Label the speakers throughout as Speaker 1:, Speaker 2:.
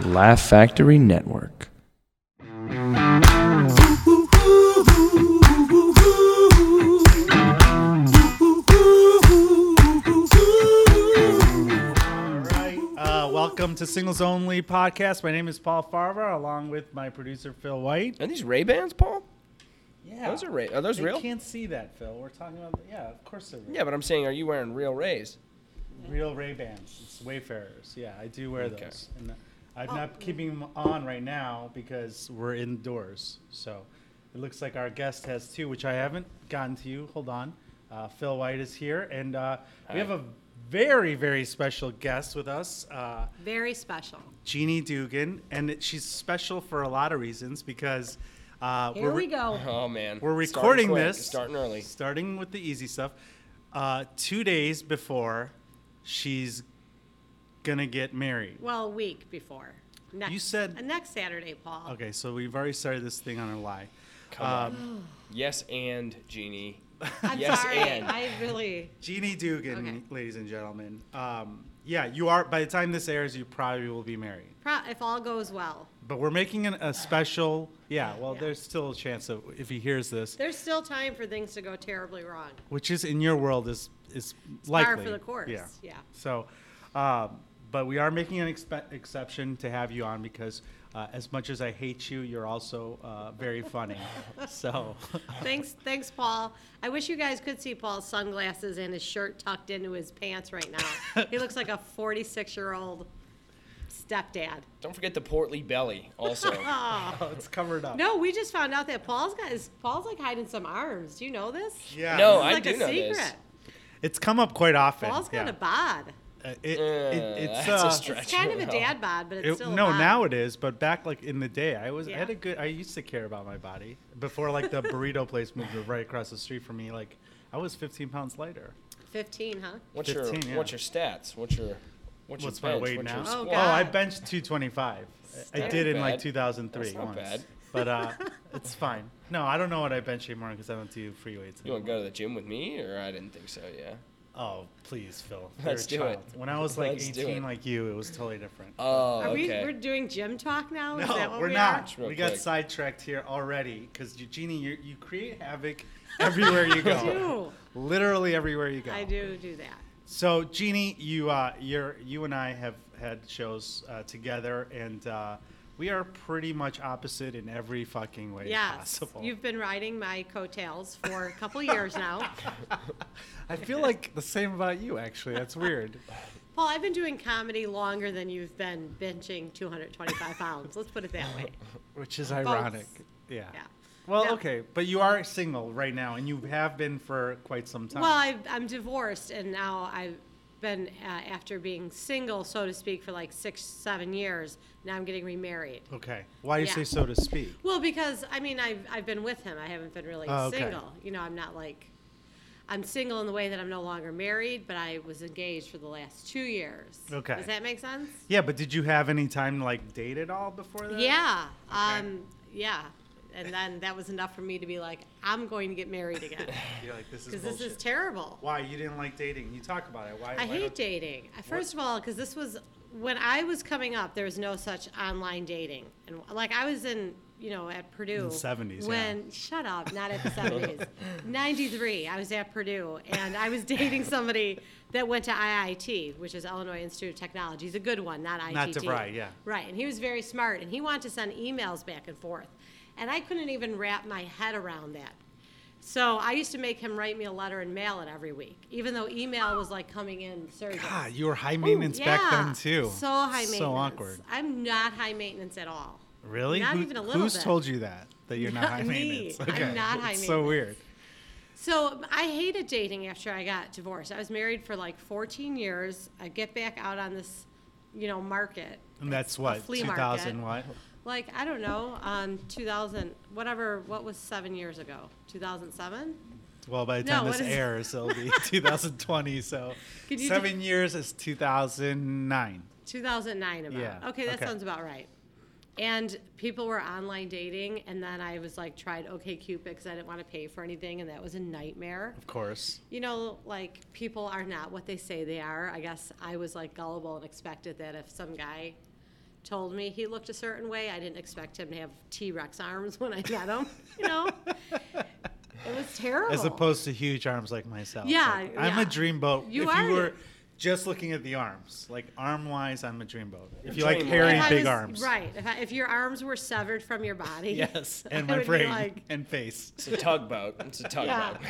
Speaker 1: Laugh Factory Network.
Speaker 2: Uh, welcome to Singles Only Podcast. My name is Paul Farver, along with my producer Phil White.
Speaker 3: Are these Ray Bans, Paul?
Speaker 2: Yeah,
Speaker 3: Those are Ray- are those
Speaker 2: They
Speaker 3: real?
Speaker 2: Can't see that, Phil. We're talking about yeah, of course they're real.
Speaker 3: Yeah, but I'm saying, are you wearing real Rays?
Speaker 2: real Ray Bans. It's Wayfarers. Yeah, I do wear
Speaker 3: Okay.
Speaker 2: those. And uh, I'm not keeping them on right now because we're indoors. So it looks like our guest has two, which I haven't gotten to you. Hold on. Uh, Phil White is here, and uh, we have a very very special guest with us. Uh,
Speaker 4: Very special.
Speaker 2: Jeannie Dugan, and it- she's special for a lot of reasons because uh,
Speaker 4: Here
Speaker 2: we're
Speaker 4: we go.
Speaker 3: Oh man,
Speaker 2: We're
Speaker 3: It's starting
Speaker 2: recording
Speaker 3: quick.
Speaker 2: this
Speaker 3: It's starting early.
Speaker 2: starting with the easy stuff. Uh, two days before she's gonna get married.
Speaker 4: Well, a week before. Next,
Speaker 2: You said-
Speaker 4: uh, next Saturday, Paul.
Speaker 2: Okay, so we've already started this thing on a lie.
Speaker 3: Come
Speaker 2: Um,
Speaker 3: on. Yes, and Genie.
Speaker 4: I'm
Speaker 3: Yes,
Speaker 4: sorry.
Speaker 3: and.
Speaker 4: I really.
Speaker 2: Jeannie Dugan,
Speaker 4: Okay.
Speaker 2: ladies and gentlemen. Um, yeah, you are. By the time this airs, you probably will be married.
Speaker 4: pro- If all goes well,
Speaker 2: But we're making an, a special. Yeah. Well,
Speaker 4: Yeah.
Speaker 2: there's still a chance of if he hears this,
Speaker 4: there's still time for things to go terribly wrong.
Speaker 2: which is in your world is is
Speaker 4: par
Speaker 2: likely
Speaker 4: for the course,
Speaker 2: Yeah.
Speaker 4: yeah.
Speaker 2: So, um, but we are making an expe- exception to have you on because, uh, as much as I hate you, you're also uh, very funny. so,
Speaker 4: Thanks, thanks, Paul. I wish you guys could see Paul's sunglasses and his shirt tucked into his pants right now. he looks like a 46 year old stepdad.
Speaker 3: Don't forget the portly belly, also.
Speaker 4: Oh.
Speaker 2: it's covered up.
Speaker 4: No, we just found out that Paul's got his Paul's like hiding some arms. Do you know this?
Speaker 2: Yeah.
Speaker 3: No,
Speaker 4: This
Speaker 3: Oh,
Speaker 4: is
Speaker 3: I
Speaker 4: like
Speaker 3: do
Speaker 4: a
Speaker 3: know
Speaker 4: secret.
Speaker 3: this.
Speaker 2: It's come up quite often.
Speaker 4: Paul's got
Speaker 2: yeah.
Speaker 4: a bod.
Speaker 2: Uh, it,
Speaker 3: Uh,
Speaker 2: it, it's
Speaker 3: that's
Speaker 2: uh,
Speaker 3: a stretch.
Speaker 4: It's kind of a
Speaker 3: No.
Speaker 4: dad bod, but it's
Speaker 2: it-
Speaker 4: still a
Speaker 2: no,
Speaker 4: bod.
Speaker 2: now it is, but back like in the day, I was I had
Speaker 4: Yeah.
Speaker 2: a good. I used to care about my body before like the burrito place moved right across the street from me. Like I was 15 pounds lighter.
Speaker 4: 15, huh?
Speaker 3: What's your
Speaker 2: 15, yeah.
Speaker 3: What's your stats? What's your What's,
Speaker 2: What's
Speaker 3: your
Speaker 2: my
Speaker 3: bench?
Speaker 2: weight
Speaker 3: What's
Speaker 2: now?
Speaker 3: Your
Speaker 4: Oh,
Speaker 3: squat?
Speaker 2: Oh, I
Speaker 4: God.
Speaker 2: benched 225. I I
Speaker 3: not
Speaker 2: did in like
Speaker 3: bad.
Speaker 2: 2003
Speaker 3: That's not
Speaker 2: once.
Speaker 3: bad.
Speaker 2: But uh, it's fine. No, I don't know what I bench anymore because I don't do free weights.
Speaker 3: You want to
Speaker 2: anymore.
Speaker 3: go to the gym with me, or I didn't think so. Yeah.
Speaker 2: Oh, please, Phil. You're
Speaker 3: Let's
Speaker 2: a
Speaker 3: do
Speaker 2: child.
Speaker 3: it.
Speaker 2: When I was like
Speaker 3: Let's do
Speaker 2: 18,
Speaker 3: it.
Speaker 2: like you, it was totally different.
Speaker 3: Oh,
Speaker 4: Are we,
Speaker 3: okay.
Speaker 4: we're doing gym talk now? Is that
Speaker 2: no,
Speaker 4: what
Speaker 2: we're
Speaker 4: we
Speaker 2: not.
Speaker 3: Real
Speaker 2: We got
Speaker 3: quick.
Speaker 2: sidetracked here already because Jeannie, you, you create havoc everywhere you
Speaker 4: Are? I
Speaker 2: go.
Speaker 4: do.
Speaker 2: Literally everywhere you go.
Speaker 4: I do do that.
Speaker 2: So Jeannie, you uh, you're, you and I have had shows uh, together, and uh, we are pretty much opposite in every fucking way
Speaker 4: Yes.
Speaker 2: possible.
Speaker 4: You've been riding my coattails for a couple years now.
Speaker 2: I feel like the same about you, actually. That's weird.
Speaker 4: Paul, I've been doing comedy longer than you've been benching 225 pounds. Let's put it that way.
Speaker 2: Which is ironic. Yeah.
Speaker 4: Yeah.
Speaker 2: Well,
Speaker 4: No.
Speaker 2: okay, but you are single right now, and you have been for quite some time.
Speaker 4: Well, i I'm divorced, and now I've been, uh, after being single, so to speak, for like six, seven years, now I'm getting remarried.
Speaker 2: okay. Why do you
Speaker 4: Yeah.
Speaker 2: say so to speak?
Speaker 4: Well, because I mean, I've I've been with him. I haven't been really
Speaker 2: Oh, okay.
Speaker 4: single. You know, I'm not like I'm single in the way that I'm no longer married, but I was engaged for the last two years.
Speaker 2: Okay.
Speaker 4: Does that make sense?
Speaker 2: Yeah, but did you have any time to like date at all before that?
Speaker 4: Yeah. Um, yeah. And then that was enough for me to be like, I'm going to get married again
Speaker 2: You're like, this is
Speaker 4: because this
Speaker 2: bullshit.
Speaker 4: is terrible.
Speaker 2: Why you didn't like dating? You talk about it. Why?
Speaker 4: I
Speaker 2: why
Speaker 4: hate
Speaker 2: don't-
Speaker 4: dating. I- First of all, because this was when I was coming up, there was no such online dating, and like I was in, you know, at Purdue.
Speaker 2: In the 70s, yeah.
Speaker 4: When shut up, not at the seventies. Ninety-three, I was at Purdue, and I was dating somebody that went to IIT, which is Illinois Institute of Technology. It's a good one, not IIT.
Speaker 2: Not DeVry, yeah.
Speaker 4: Right, and he was very smart, and he wanted to send emails back and forth, and I couldn't even wrap my head around that. So I used to make him write me a letter and mail it every week, even though email was like coming in surging.
Speaker 2: God, you were high maintenance back then too.
Speaker 4: So high maintenance.
Speaker 2: So awkward.
Speaker 4: I'm not high maintenance at all.
Speaker 2: Really?
Speaker 4: Not
Speaker 2: Who-
Speaker 4: even a little
Speaker 2: Who's
Speaker 4: bit.
Speaker 2: told you that? That you're not,
Speaker 4: Not
Speaker 2: high
Speaker 4: me.
Speaker 2: maintenance.
Speaker 4: I'm not high
Speaker 2: It's So
Speaker 4: maintenance.
Speaker 2: weird.
Speaker 4: So I hated dating after I got divorced. I was married for like 14 years. I get back out on this, you know, market.
Speaker 2: And that's
Speaker 4: a
Speaker 2: what
Speaker 4: flea
Speaker 2: 2000
Speaker 4: market.
Speaker 2: what?
Speaker 4: Like I don't know, um, 2000, whatever. What was seven years ago? 2007.
Speaker 2: Well, by the
Speaker 4: No,
Speaker 2: time
Speaker 4: what
Speaker 2: this
Speaker 4: is it?
Speaker 2: airs, it'll be 2020. So
Speaker 4: Could you
Speaker 2: seven years is 2009.
Speaker 4: 2009 about.
Speaker 2: Yeah,
Speaker 4: Okay, that
Speaker 2: okay.
Speaker 4: sounds about right. And people were online dating, and then I was like, tried OKCupid because I didn't want to pay for anything, and that was a nightmare.
Speaker 2: Of course.
Speaker 4: You know, like people are not what they say they are. I guess I was like gullible and expected that if some guy told me he looked a certain way. I didn't expect him to have T Rex arms when I met him. You know, it was terrible.
Speaker 2: As opposed to huge arms like myself.
Speaker 4: Oh. Yeah,
Speaker 2: Like, I'm a
Speaker 4: yeah.
Speaker 2: dreamboat.
Speaker 4: You
Speaker 2: if
Speaker 4: are.
Speaker 2: you were just looking at the arms, like arm wise, I'm a dreamboat. If you like
Speaker 3: Dreamboat.
Speaker 2: hairy
Speaker 4: If I
Speaker 2: big
Speaker 4: was-
Speaker 2: arms.
Speaker 4: right? If, I, if your arms were severed from your body,
Speaker 2: Yes. And
Speaker 4: I
Speaker 2: my
Speaker 4: would be
Speaker 2: brain
Speaker 4: like-
Speaker 2: and face.
Speaker 3: It's a tugboat. It's a
Speaker 4: Yeah.
Speaker 3: tugboat.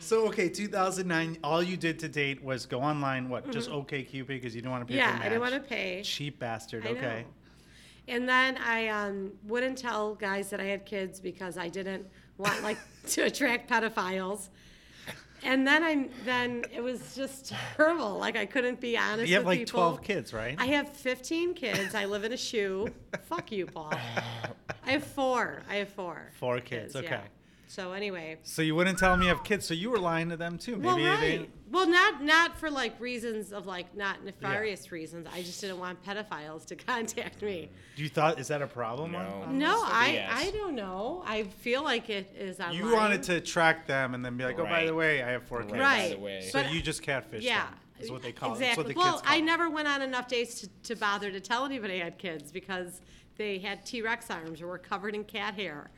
Speaker 2: So okay, 2009. All you did to date was go online. What? Just OK Cupid because you didn't want to pay.
Speaker 4: Mm-hmm. Yeah,
Speaker 2: for
Speaker 4: I didn't
Speaker 2: match.
Speaker 4: wanna pay.
Speaker 2: Cheap bastard.
Speaker 4: I
Speaker 2: okay.
Speaker 4: know. And then I um, wouldn't tell guys that I had kids because I didn't want like to attract pedophiles. And then I'm then it was just terrible. Like I couldn't be honest
Speaker 2: You have
Speaker 4: with
Speaker 2: like
Speaker 4: people.
Speaker 2: 12 kids, right?
Speaker 4: I have 15 kids. I live in a shoe. Fuck you, Paul. I have four. I have four.
Speaker 2: Four kids,
Speaker 4: yeah.
Speaker 2: okay.
Speaker 4: So anyway,
Speaker 2: so you wouldn't tell me you have kids. So you were lying to them too. Maybe
Speaker 4: well,
Speaker 2: they-
Speaker 4: right. Well, not not for like reasons of like not nefarious reasons. I just didn't want pedophiles to contact me.
Speaker 2: you thought is that a problem? on-
Speaker 3: No.
Speaker 2: on
Speaker 4: No,
Speaker 3: Yes.
Speaker 4: I I don't know. I feel like it is online.
Speaker 2: You wanted to attract them and then be like, oh, by
Speaker 3: Right.
Speaker 2: the way, I have four kids.
Speaker 4: Right.
Speaker 3: the way.
Speaker 2: So
Speaker 4: But-
Speaker 2: you just catfish
Speaker 4: yeah.
Speaker 2: them. Is what they call it.
Speaker 4: exactly.
Speaker 2: That's what the
Speaker 4: well,
Speaker 2: kids call
Speaker 4: I
Speaker 2: it.
Speaker 4: never went on enough dates to, to bother to tell anybody I had kids because they had T Rex arms or were covered in cat hair.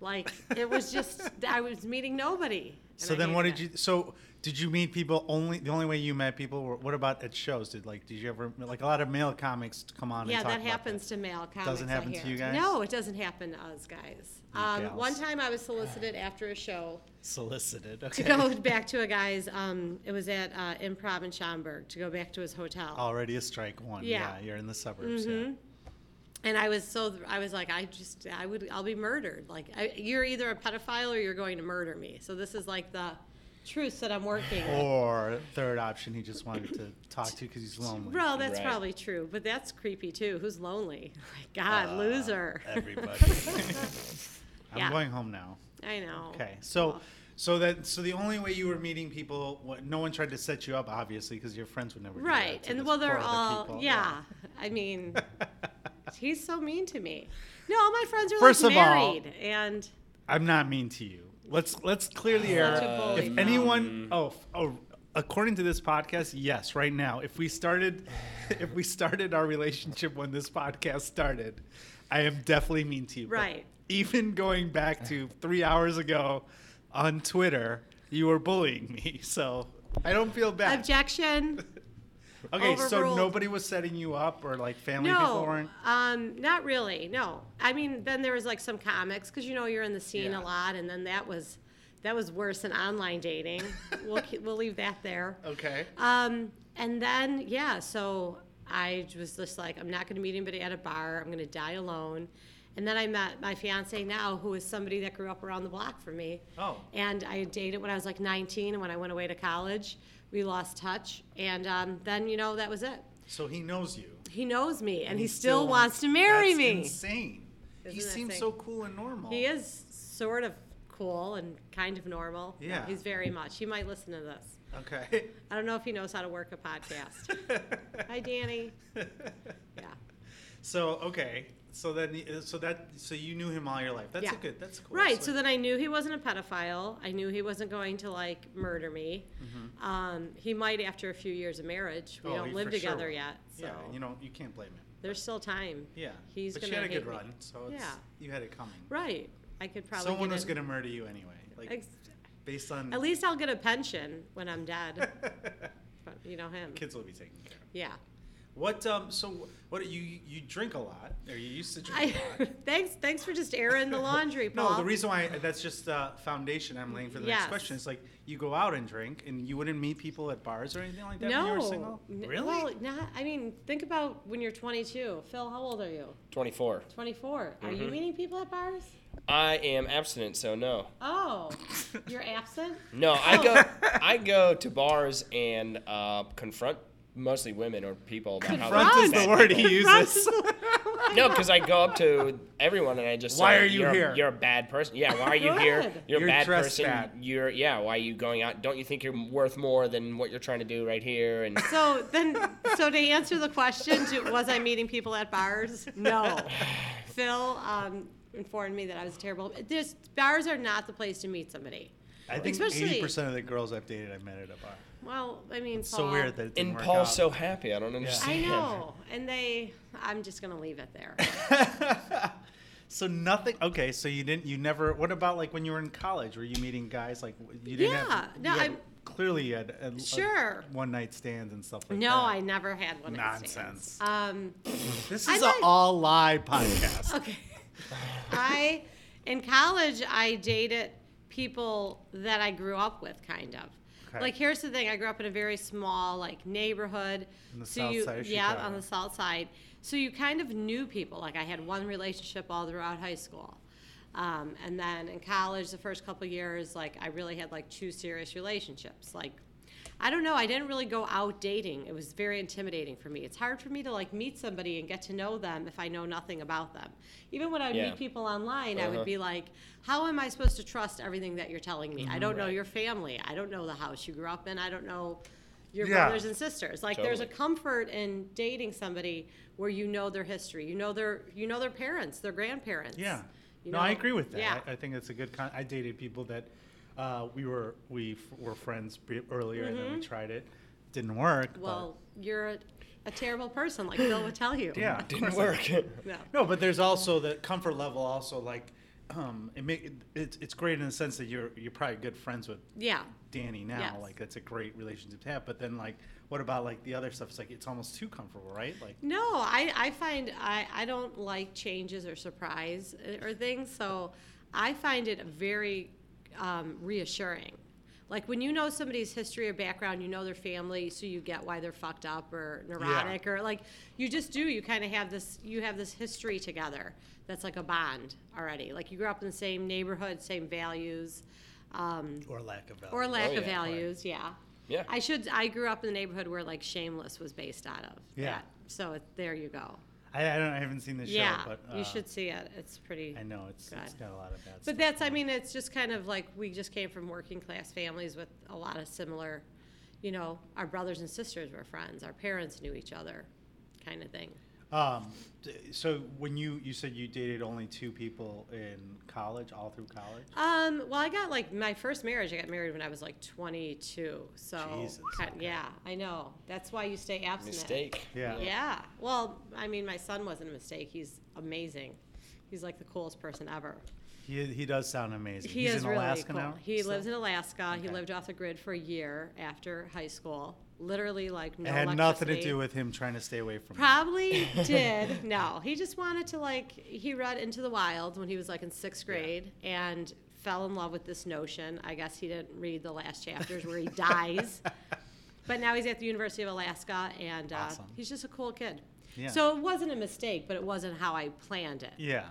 Speaker 4: Like it was just I was meeting nobody. and
Speaker 2: So
Speaker 4: I
Speaker 2: then, what
Speaker 4: hated
Speaker 2: did you?
Speaker 4: it.
Speaker 2: So did you meet people only? The only way you met people were what about at shows? Did like did you ever like a lot of male comics come on?
Speaker 4: Yeah,
Speaker 2: and talk
Speaker 4: that
Speaker 2: about
Speaker 4: happens to male comics.
Speaker 2: Doesn't
Speaker 4: I
Speaker 2: happen to
Speaker 4: hear.
Speaker 2: you guys?
Speaker 4: No, it doesn't happen to us guys. Um,
Speaker 2: gals.
Speaker 4: one time I was solicited after a show
Speaker 2: Solicited.
Speaker 4: to
Speaker 2: Okay.
Speaker 4: go back to a guy's. Um, it was at uh, Improv in Schaumburg to go back to his hotel.
Speaker 2: Already a strike one. Yeah,
Speaker 4: Yeah. Mm-hmm.
Speaker 2: you're in the suburbs. Yeah.
Speaker 4: And I was so I was like I just I would I'll be murdered. Like I, you're either a pedophile or you're going to murder me. So this is like the truth that I'm working. with.
Speaker 2: Or third option, he just wanted to talk to because he's lonely.
Speaker 4: Bro, that's
Speaker 3: Right.
Speaker 4: probably true, but that's creepy too. Who's lonely? Like God, loser.
Speaker 2: Uh, Ah, Everybody. I'm
Speaker 4: Yeah.
Speaker 2: going home now.
Speaker 4: I know.
Speaker 2: Okay, so. So that so the only way you were meeting people, what, no one tried to set you up, obviously, because your friends would never. do that
Speaker 4: Right,
Speaker 2: to
Speaker 4: and
Speaker 2: this
Speaker 4: well, they're
Speaker 2: poor other
Speaker 4: all
Speaker 2: people.
Speaker 4: yeah. I mean, he's so mean to me. No, all my friends are
Speaker 2: First
Speaker 4: like
Speaker 2: of all-
Speaker 4: married, and
Speaker 2: I'm not mean to you. Let's let's clear the
Speaker 4: Such a
Speaker 2: air.
Speaker 4: bully.
Speaker 2: If anyone, oh, f- oh, according to this podcast, yes, right now. If we started, if we started our relationship when this podcast started, I am definitely mean to you. But
Speaker 4: Right.
Speaker 2: even going back to three hours ago, on Twitter, you were bullying me, so I don't feel bad.
Speaker 4: objection.
Speaker 2: okay, so
Speaker 4: overruled.
Speaker 2: nobody was setting you up, or like family people
Speaker 4: No,
Speaker 2: weren't.
Speaker 4: um, not really. No, I mean, then there was like some comics because you know you're in the scene
Speaker 3: Yeah.
Speaker 4: a lot, and then that was that was worse than online dating. we'll keep, we'll leave that there.
Speaker 2: Okay.
Speaker 4: Um, and then yeah, so I was just like, I'm not going to meet anybody at a bar. I'm going to die alone. And then I met my fiance now, who is somebody that grew up around the block from me.
Speaker 2: Oh.
Speaker 4: And I dated when I was like 19, and when I went away to college, we lost touch. And um, then you know that was it.
Speaker 2: So he knows you.
Speaker 4: He knows me, and he,
Speaker 2: He
Speaker 4: still, wants to marry
Speaker 2: That's
Speaker 4: me.
Speaker 2: Insane. he
Speaker 4: Isn't that
Speaker 2: seems
Speaker 4: sick?
Speaker 2: so cool and normal.
Speaker 4: He is sort of cool and kind of normal. No,
Speaker 2: Yeah.
Speaker 4: he's very much. He might listen to this.
Speaker 2: Okay.
Speaker 4: I don't know if he knows how to work a podcast. Hi, Danny. Yeah.
Speaker 2: So okay. So then, so that, so you knew him all your life. That's
Speaker 4: yeah.
Speaker 2: a good. That's cool.
Speaker 4: Right. So then I knew he wasn't a pedophile. I knew he wasn't going to like murder me. Um, he might after a few years of marriage. We
Speaker 2: Mm-hmm. Oh,
Speaker 4: don't
Speaker 2: he
Speaker 4: live
Speaker 2: for sure
Speaker 4: together
Speaker 2: will.
Speaker 4: yet. So
Speaker 2: yeah, you know, you can't blame him.
Speaker 4: there's still time.
Speaker 2: Yeah.
Speaker 4: He's
Speaker 2: but
Speaker 4: gonna
Speaker 2: she had a good
Speaker 4: hate me.
Speaker 2: run, so it's,
Speaker 4: Yeah.
Speaker 2: you had it coming.
Speaker 4: Right. I could probably.
Speaker 2: Someone
Speaker 4: get
Speaker 2: was
Speaker 4: in-
Speaker 2: gonna murder you anyway, like
Speaker 4: Ex-
Speaker 2: based on
Speaker 4: At least I'll get a pension when I'm dead. but you know him.
Speaker 2: kids will be taken care of.
Speaker 4: Yeah.
Speaker 2: What um? So what you you drink a lot, or you used to drink
Speaker 4: I,
Speaker 2: a lot?
Speaker 4: thanks, thanks for just airing the laundry, Paul.
Speaker 2: No, the reason why that's just uh, foundation I'm laying for the next
Speaker 4: Yes.
Speaker 2: question is like you go out and drink and you wouldn't meet people at bars or anything like that when you were
Speaker 4: No.
Speaker 2: single.
Speaker 4: N- Well, not. I mean, think about when you're 22. Phil, how old are you?
Speaker 3: 24.
Speaker 4: 24. Are
Speaker 2: Mm-hmm.
Speaker 4: you meeting people at bars?
Speaker 3: I am abstinent, so no.
Speaker 4: Oh, you're absent.
Speaker 3: No, I go I go to bars and uh, confront mostly women or people about
Speaker 2: Front
Speaker 3: how
Speaker 2: is the
Speaker 3: that-
Speaker 2: word he uses.
Speaker 3: No, because I go up to everyone and I just
Speaker 2: Why
Speaker 3: say,
Speaker 2: are you
Speaker 3: "You're a-
Speaker 2: here?"
Speaker 3: You're a bad person. Yeah, why are you here?
Speaker 4: Good.
Speaker 3: You're,
Speaker 2: You're
Speaker 3: a bad
Speaker 2: dressed
Speaker 3: person.
Speaker 2: bad.
Speaker 3: You're yeah. Why are you going out? Don't you think you're worth more than what you're trying to do right here? And
Speaker 4: So then, so to answer the question, do, was I meeting people at bars? No. Phil um, informed me that I was terrible. There's, bars are not the place to meet somebody.
Speaker 2: I think
Speaker 4: Especially-
Speaker 2: 80% of the girls I've dated I met at a bar.
Speaker 4: Well, I mean, Paul,
Speaker 2: It's so weird that it didn't
Speaker 3: And
Speaker 2: work
Speaker 3: Paul's
Speaker 2: out.
Speaker 3: so happy. I don't understand.
Speaker 4: I know, and they. I'm just gonna leave it there.
Speaker 2: So nothing. Okay, so you didn't. You never. What about like when you were in college? Were you meeting guys like you didn't have?
Speaker 4: Yeah, no,
Speaker 2: you had-
Speaker 4: I'm-
Speaker 2: clearly you had a,
Speaker 4: Sure.
Speaker 2: one night stands and stuff like
Speaker 4: No,
Speaker 2: that.
Speaker 4: I never had one. night stands.
Speaker 2: Nonsense.
Speaker 4: Um,
Speaker 2: This
Speaker 4: I
Speaker 2: is an
Speaker 4: might-
Speaker 2: all lie podcast.
Speaker 4: Um, okay. I in college I dated people that I grew up with kind of.
Speaker 2: Okay.
Speaker 4: Like here's the thing, I grew up in a very small like neighborhood.
Speaker 2: On the
Speaker 4: so
Speaker 2: south
Speaker 4: you
Speaker 2: side of
Speaker 4: yeah,
Speaker 2: Chicago.
Speaker 4: on the south side. So you kind of knew people. Like I had one relationship all throughout high school. Um, and then in college the first couple years like I really had like two serious relationships. Like I don't know, I didn't really go out dating. It was very intimidating for me. It's hard for me to like meet somebody and get to know them if I know nothing about them. Even when I
Speaker 3: Yeah.
Speaker 4: meet people online, I
Speaker 3: Uh-huh.
Speaker 4: would be like, how am I supposed to trust everything that you're telling me? I don't
Speaker 3: Mm-hmm.
Speaker 4: know your family. I don't know the house you grew up in. I don't know your
Speaker 2: Yeah.
Speaker 4: brothers and sisters. Like there's a
Speaker 3: Totally.
Speaker 4: comfort in dating somebody where you know their history. You know their you know their parents, their grandparents.
Speaker 2: Yeah.
Speaker 4: You
Speaker 2: no, I
Speaker 4: know?
Speaker 2: agree with that.
Speaker 4: Yeah.
Speaker 2: I, I think it's a good. Con- I dated people that uh, we were we f- were friends pre- earlier, and then we tried it. Didn't work. but-
Speaker 4: Mm-hmm. well, you're a, a terrible person, like Bill would tell you.
Speaker 2: yeah,
Speaker 3: Didn't work.
Speaker 4: No.
Speaker 2: No, but there's also the comfort level. Also, like, um, it make it's it's great in the sense that you're you're probably good friends with
Speaker 4: Yeah.
Speaker 2: Danny now.
Speaker 4: Yes.
Speaker 2: Like, that's a great relationship to have. But then, like, what about like the other stuff? It's like it's almost too comfortable, right? Like,
Speaker 4: No, I, I find I, I don't like changes or surprise uh, or things, so I find it very um, reassuring. Like when you know somebody's history or background, you know their family, so you get why they're fucked up or neurotic or like you just do. You kind of have this you have this history together that's like a bond already. Like you grew up in the same neighborhood, same values. Um,
Speaker 2: or lack of value.
Speaker 4: or lack
Speaker 3: Oh,
Speaker 4: of
Speaker 3: yeah, right.
Speaker 4: values, yeah.
Speaker 3: Yeah.
Speaker 4: I should. I grew up in the neighborhood where like Shameless was based out of.
Speaker 2: Yeah.
Speaker 4: So it, there you go.
Speaker 2: I, I don't. I haven't seen the show,
Speaker 4: yeah.
Speaker 2: but uh,
Speaker 4: you should see it. It's pretty.
Speaker 2: I know it's it's
Speaker 4: God.
Speaker 2: got a lot of bad.
Speaker 4: But
Speaker 2: stuff.
Speaker 4: that's. I mean, it's just kind of like we just came from working class families with a lot of similar, you know, our brothers and sisters were friends. Our parents knew each other, kind of thing.
Speaker 2: Um, d- so when you you said you dated only two people in college, all through college.
Speaker 4: Um, well, I got like my first marriage. I got married when I was like 22. So
Speaker 2: Jesus,
Speaker 4: ki-
Speaker 2: okay.
Speaker 4: yeah, I know. That's why you stay abstinent.
Speaker 3: Mistake.
Speaker 2: Yeah.
Speaker 4: Yeah. Well, I mean, my son wasn't a mistake. He's amazing. He's like the coolest person ever.
Speaker 2: He he does sound amazing.
Speaker 4: He
Speaker 2: He's
Speaker 4: is
Speaker 2: in
Speaker 4: really
Speaker 2: Alaska
Speaker 4: cool.
Speaker 2: now.
Speaker 4: He
Speaker 2: still?
Speaker 4: lives in Alaska. He
Speaker 2: Okay.
Speaker 4: lived off the grid for a year after high school. Literally, like no
Speaker 2: It had nothing to
Speaker 4: electricity.
Speaker 2: do with him trying to stay away from. me.
Speaker 4: Probably did. No, he just wanted to like. He read Into the Wild when he was like in sixth grade and fell in love with this notion. I guess he didn't read the last chapters where he dies. But now he's at the University of Alaska, and uh,
Speaker 2: Awesome.
Speaker 4: he's just a cool kid.
Speaker 2: Yeah.
Speaker 4: So it wasn't a mistake, but it wasn't how I planned it.
Speaker 2: Yeah.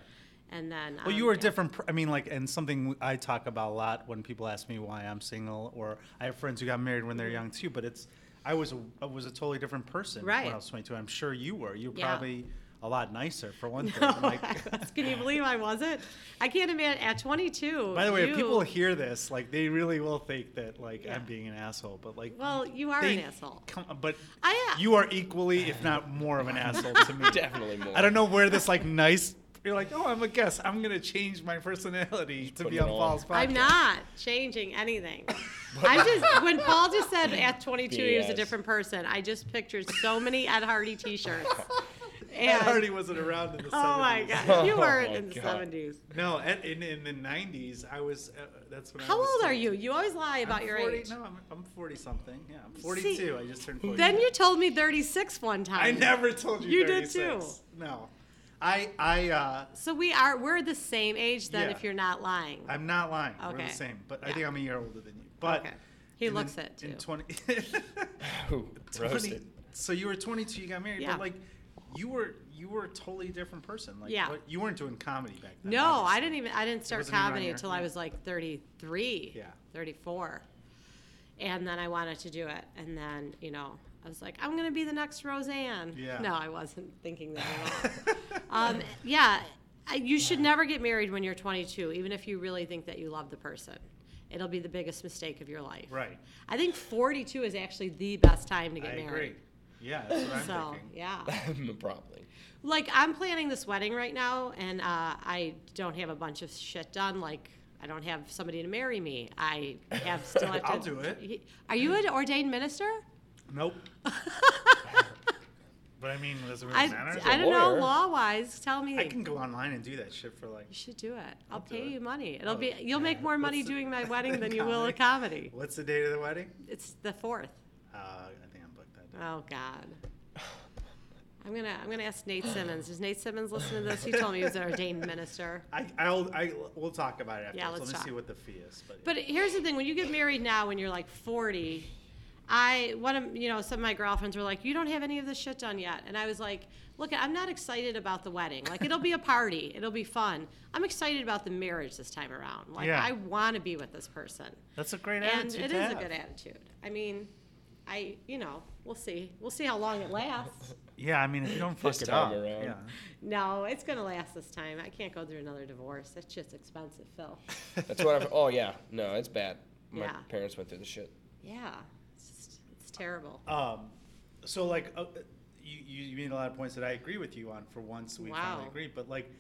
Speaker 4: And then.
Speaker 2: Well, you
Speaker 4: um,
Speaker 2: were a
Speaker 4: yeah.
Speaker 2: different. pr- I mean, like, and something I talk about a lot when people ask me why I'm single, or I have friends who got married when
Speaker 4: Mm-hmm.
Speaker 2: they're young too. But it's, I was a, I was a totally different person
Speaker 4: Right.
Speaker 2: when I was 22. I'm sure you were. You were
Speaker 4: Yeah.
Speaker 2: probably a lot nicer for one thing.
Speaker 4: No,
Speaker 2: I'm like-
Speaker 4: Oh, I was- can you believe I wasn't? I can't imagine at 22.
Speaker 2: by the way,
Speaker 4: you-
Speaker 2: if people hear this, like, they really will think that like
Speaker 4: Yeah.
Speaker 2: I'm being an asshole. But like,
Speaker 4: Well, you are
Speaker 2: they
Speaker 4: an asshole.
Speaker 2: Come, but
Speaker 4: I, uh,
Speaker 2: you are equally, if not more, of an asshole to me.
Speaker 3: Definitely more.
Speaker 2: I don't know where this like nice. You're like, oh, I'm a guest. I'm gonna change my personality to
Speaker 3: put
Speaker 2: be
Speaker 3: it
Speaker 2: on
Speaker 3: on.
Speaker 2: Paul's podcast.
Speaker 4: I'm not changing anything. I'm just when Paul just said at 22 he was a
Speaker 3: BS.
Speaker 4: different person. I just pictured so many Ed Hardy T-shirts.
Speaker 2: Ed
Speaker 4: And,
Speaker 2: Hardy wasn't around in the 70s.
Speaker 4: Oh my God, you
Speaker 3: Oh
Speaker 4: weren't
Speaker 3: my
Speaker 4: in the
Speaker 3: God.
Speaker 4: 70s.
Speaker 2: No, Ed, in, in the 90s, I was. Uh, that's when I
Speaker 4: How
Speaker 2: was
Speaker 4: old are
Speaker 2: 20.
Speaker 4: you? You always lie about
Speaker 2: I'm
Speaker 4: your
Speaker 2: 40
Speaker 4: age.
Speaker 2: No, I'm, I'm 40 something. Yeah, I'm 42. I just turned 40.
Speaker 4: Then you told me 36 one time.
Speaker 2: I never told you.
Speaker 4: You did
Speaker 2: 36. No, I I uh,
Speaker 4: So we are we're the same age then
Speaker 2: Yeah.
Speaker 4: if you're not lying.
Speaker 2: I'm not lying. We're
Speaker 4: Okay.
Speaker 2: the same, but I
Speaker 4: Yeah.
Speaker 2: think I'm a year older than you. But
Speaker 4: Okay. He
Speaker 2: in the-
Speaker 4: looks it,
Speaker 2: In
Speaker 4: too.
Speaker 2: 20.
Speaker 3: Ooh,
Speaker 2: 20
Speaker 3: roasted.
Speaker 2: so you were 22 you got married
Speaker 4: Yeah.
Speaker 2: but like you were you were a totally different person like
Speaker 4: Yeah.
Speaker 2: what, you weren't doing comedy back then
Speaker 4: No, I
Speaker 2: obviously.
Speaker 4: didn't even I didn't start
Speaker 2: wasn't even on
Speaker 4: comedy
Speaker 2: your-
Speaker 4: until I
Speaker 2: yeah.
Speaker 4: was like 33,
Speaker 2: Yeah.
Speaker 4: 34. And then I wanted to do it and then, you know, I was like I'm going to be the next Roseanne.
Speaker 2: Yeah.
Speaker 4: No, I wasn't thinking that at all. um, yeah, I, you should never get married when you're 22 even if you really think that you love the person. It'll be the biggest mistake of your life.
Speaker 2: right
Speaker 4: I think 42 is actually the best time to
Speaker 2: i
Speaker 4: get
Speaker 2: agree
Speaker 4: married.
Speaker 2: yeah that's what i'm
Speaker 4: So,
Speaker 2: thinking
Speaker 4: yeah.
Speaker 3: Probably.
Speaker 4: Like I'm planning this wedding right now, and uh, I don't have a bunch of shit done. Like I don't have somebody to marry me. I have still have to.
Speaker 2: I'll do it.
Speaker 4: Are you an ordained minister?
Speaker 2: Nope. but I mean, does it really
Speaker 4: I,
Speaker 2: matter?
Speaker 4: I don't know
Speaker 3: lawyer.
Speaker 4: law wise. Tell me.
Speaker 2: I can go online and do that shit for like.
Speaker 4: You should do it. I'll
Speaker 2: do
Speaker 4: pay
Speaker 2: it.
Speaker 4: you money. It'll be
Speaker 2: Oh,
Speaker 4: you'll make more money
Speaker 2: What's the-
Speaker 4: doing my wedding than you will a comedy.
Speaker 2: What's the date of the wedding?
Speaker 4: It's the fourth.
Speaker 2: Uh, I think I'm booked that day.
Speaker 4: Oh God. I'm gonna I'm gonna ask Nate Simmons. Does Nate Simmons listen to this? He told me he was an ordained minister.
Speaker 2: I, I'll, I, we'll talk about it after.
Speaker 4: Yeah,
Speaker 2: Let
Speaker 4: let's
Speaker 2: me see
Speaker 4: talk.
Speaker 2: what the fee is. But,
Speaker 4: But here's the thing: when you get married now, when you're like 40, I one of you know some of my girlfriends were like, "You don't have any of this shit done yet," and I was like, "Look, I'm not excited about the wedding. Like, it'll be a party, it'll be fun. I'm excited about the marriage this time around. Like,
Speaker 2: Yeah.
Speaker 4: I want to be with this person,
Speaker 2: that's a great
Speaker 4: and
Speaker 2: attitude.
Speaker 4: it
Speaker 2: to
Speaker 4: is a
Speaker 2: have.
Speaker 4: good attitude. I mean, I you know, we'll see, we'll see how long it lasts.
Speaker 2: Yeah, I mean, if you don't fuck
Speaker 3: This
Speaker 2: it up.
Speaker 3: time around.
Speaker 2: Yeah.
Speaker 4: no, it's gonna last this time. I can't go through another divorce. That's just expensive, Phil.
Speaker 3: That's what I've. Oh yeah, no, it's bad. My
Speaker 4: Yeah.
Speaker 3: parents went through the shit.
Speaker 4: Yeah, it's just it's terrible.
Speaker 2: Um, so like, uh, you, you you made a lot of points that I agree with you on. For once, we finally
Speaker 4: Wow.
Speaker 2: agree. But like,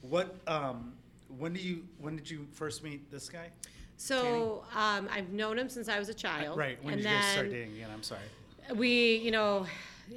Speaker 2: what um, when do you when did you first meet this guy?
Speaker 4: So um, I've known him since I was a child.
Speaker 2: Right. When
Speaker 4: and
Speaker 2: did you
Speaker 4: then
Speaker 2: guys start dating again? I'm sorry.
Speaker 4: we, you know,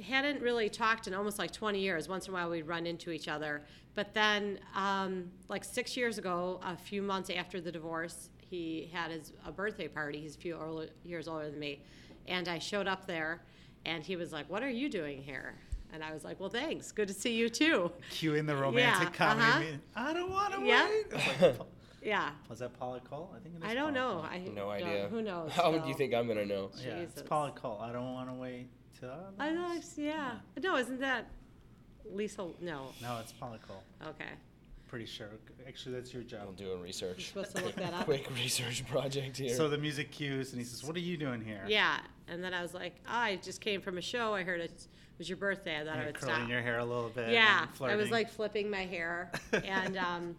Speaker 4: hadn't really talked in almost like 20 years. Once in a while we'd run into each other. But then, um, like six years ago, a few months after the divorce, he had his a birthday party. He's a few older, years older than me, and I showed up there, and he was like, "What are you doing here?" And I was like, "Well, thanks. Good to see you too."
Speaker 2: Cue in the romantic
Speaker 4: Yeah,
Speaker 2: comedy.
Speaker 4: uh-huh.
Speaker 2: meeting. I don't want to
Speaker 4: Yeah.
Speaker 2: wait. It's like,
Speaker 4: Yeah.
Speaker 2: was that Paula Cole? I think it is.
Speaker 4: I
Speaker 2: Paula
Speaker 4: don't know.
Speaker 2: Cole.
Speaker 4: I
Speaker 3: No idea.
Speaker 4: Who knows?
Speaker 3: How do you
Speaker 4: Phil?
Speaker 3: think I'm gonna know?
Speaker 2: Yeah, it's
Speaker 4: Jesus.
Speaker 2: Paula Cole. I don't want to wait till.
Speaker 4: I know, it's- yeah. No, isn't that Lisa? No.
Speaker 2: No, it's Paula Cole.
Speaker 4: Okay.
Speaker 2: Pretty sure. Actually, that's your
Speaker 3: I'll
Speaker 2: job.
Speaker 3: do a
Speaker 4: You're
Speaker 3: research.
Speaker 4: supposed to look that up.
Speaker 3: Quick research project here.
Speaker 2: So the music cues, and he says, "What are you doing here?"
Speaker 4: Yeah. And then I was like, oh, I just came from a show. I heard it was your birthday. I thought I
Speaker 2: You're
Speaker 4: would
Speaker 2: curling
Speaker 4: stop.
Speaker 2: your hair a little bit. and
Speaker 4: yeah. I was
Speaker 2: flirting.
Speaker 4: like flipping my hair. And um,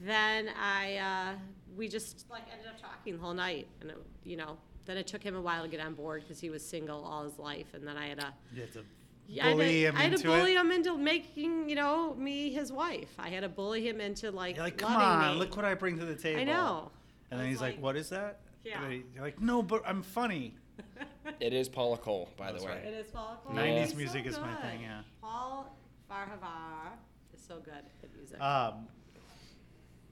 Speaker 4: then I, uh, we just like ended up talking the whole night. And, it, you know, then it took him a while to get on board because he was single all his life. And then I had a,
Speaker 2: You had to
Speaker 4: Yeah, I had
Speaker 2: bully
Speaker 4: to,
Speaker 2: him
Speaker 4: I had to
Speaker 2: into it?
Speaker 4: bully him into making, you know, me his wife. I had to bully him into like,
Speaker 2: You're like, come
Speaker 4: loving
Speaker 2: on,
Speaker 4: me.
Speaker 2: look what I bring to the table.
Speaker 4: I know.
Speaker 2: And
Speaker 4: I
Speaker 2: then
Speaker 4: was
Speaker 2: he's like,
Speaker 4: like-
Speaker 2: what is that?
Speaker 4: Yeah.
Speaker 2: And you're like, no, but I'm funny.
Speaker 3: it is Paula Cole, by the
Speaker 2: That's
Speaker 3: way.
Speaker 2: right.
Speaker 4: It is Paul.
Speaker 2: 90s music is my thing, yeah.
Speaker 4: Paul Farhavar is so good at music.
Speaker 2: Um,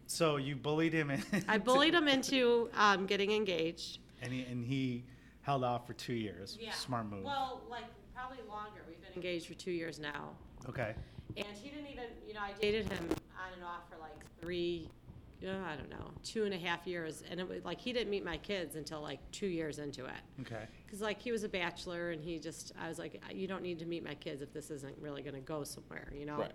Speaker 2: so you bullied him. And
Speaker 4: I bullied him into um, getting engaged.
Speaker 2: And he, and he held off for two years. Smart move.
Speaker 4: Well, like probably longer. We've been engaged for two years now,
Speaker 2: okay.
Speaker 4: and he didn't even, you know, I dated him on and off for like three. uh, I don't know, two and a half years, and it was like he didn't meet my kids until like two years into it.
Speaker 2: Okay.
Speaker 4: Because like he was a bachelor and he just, I was like, you don't need to meet my kids if this isn't really going to go somewhere, you know?
Speaker 3: Right.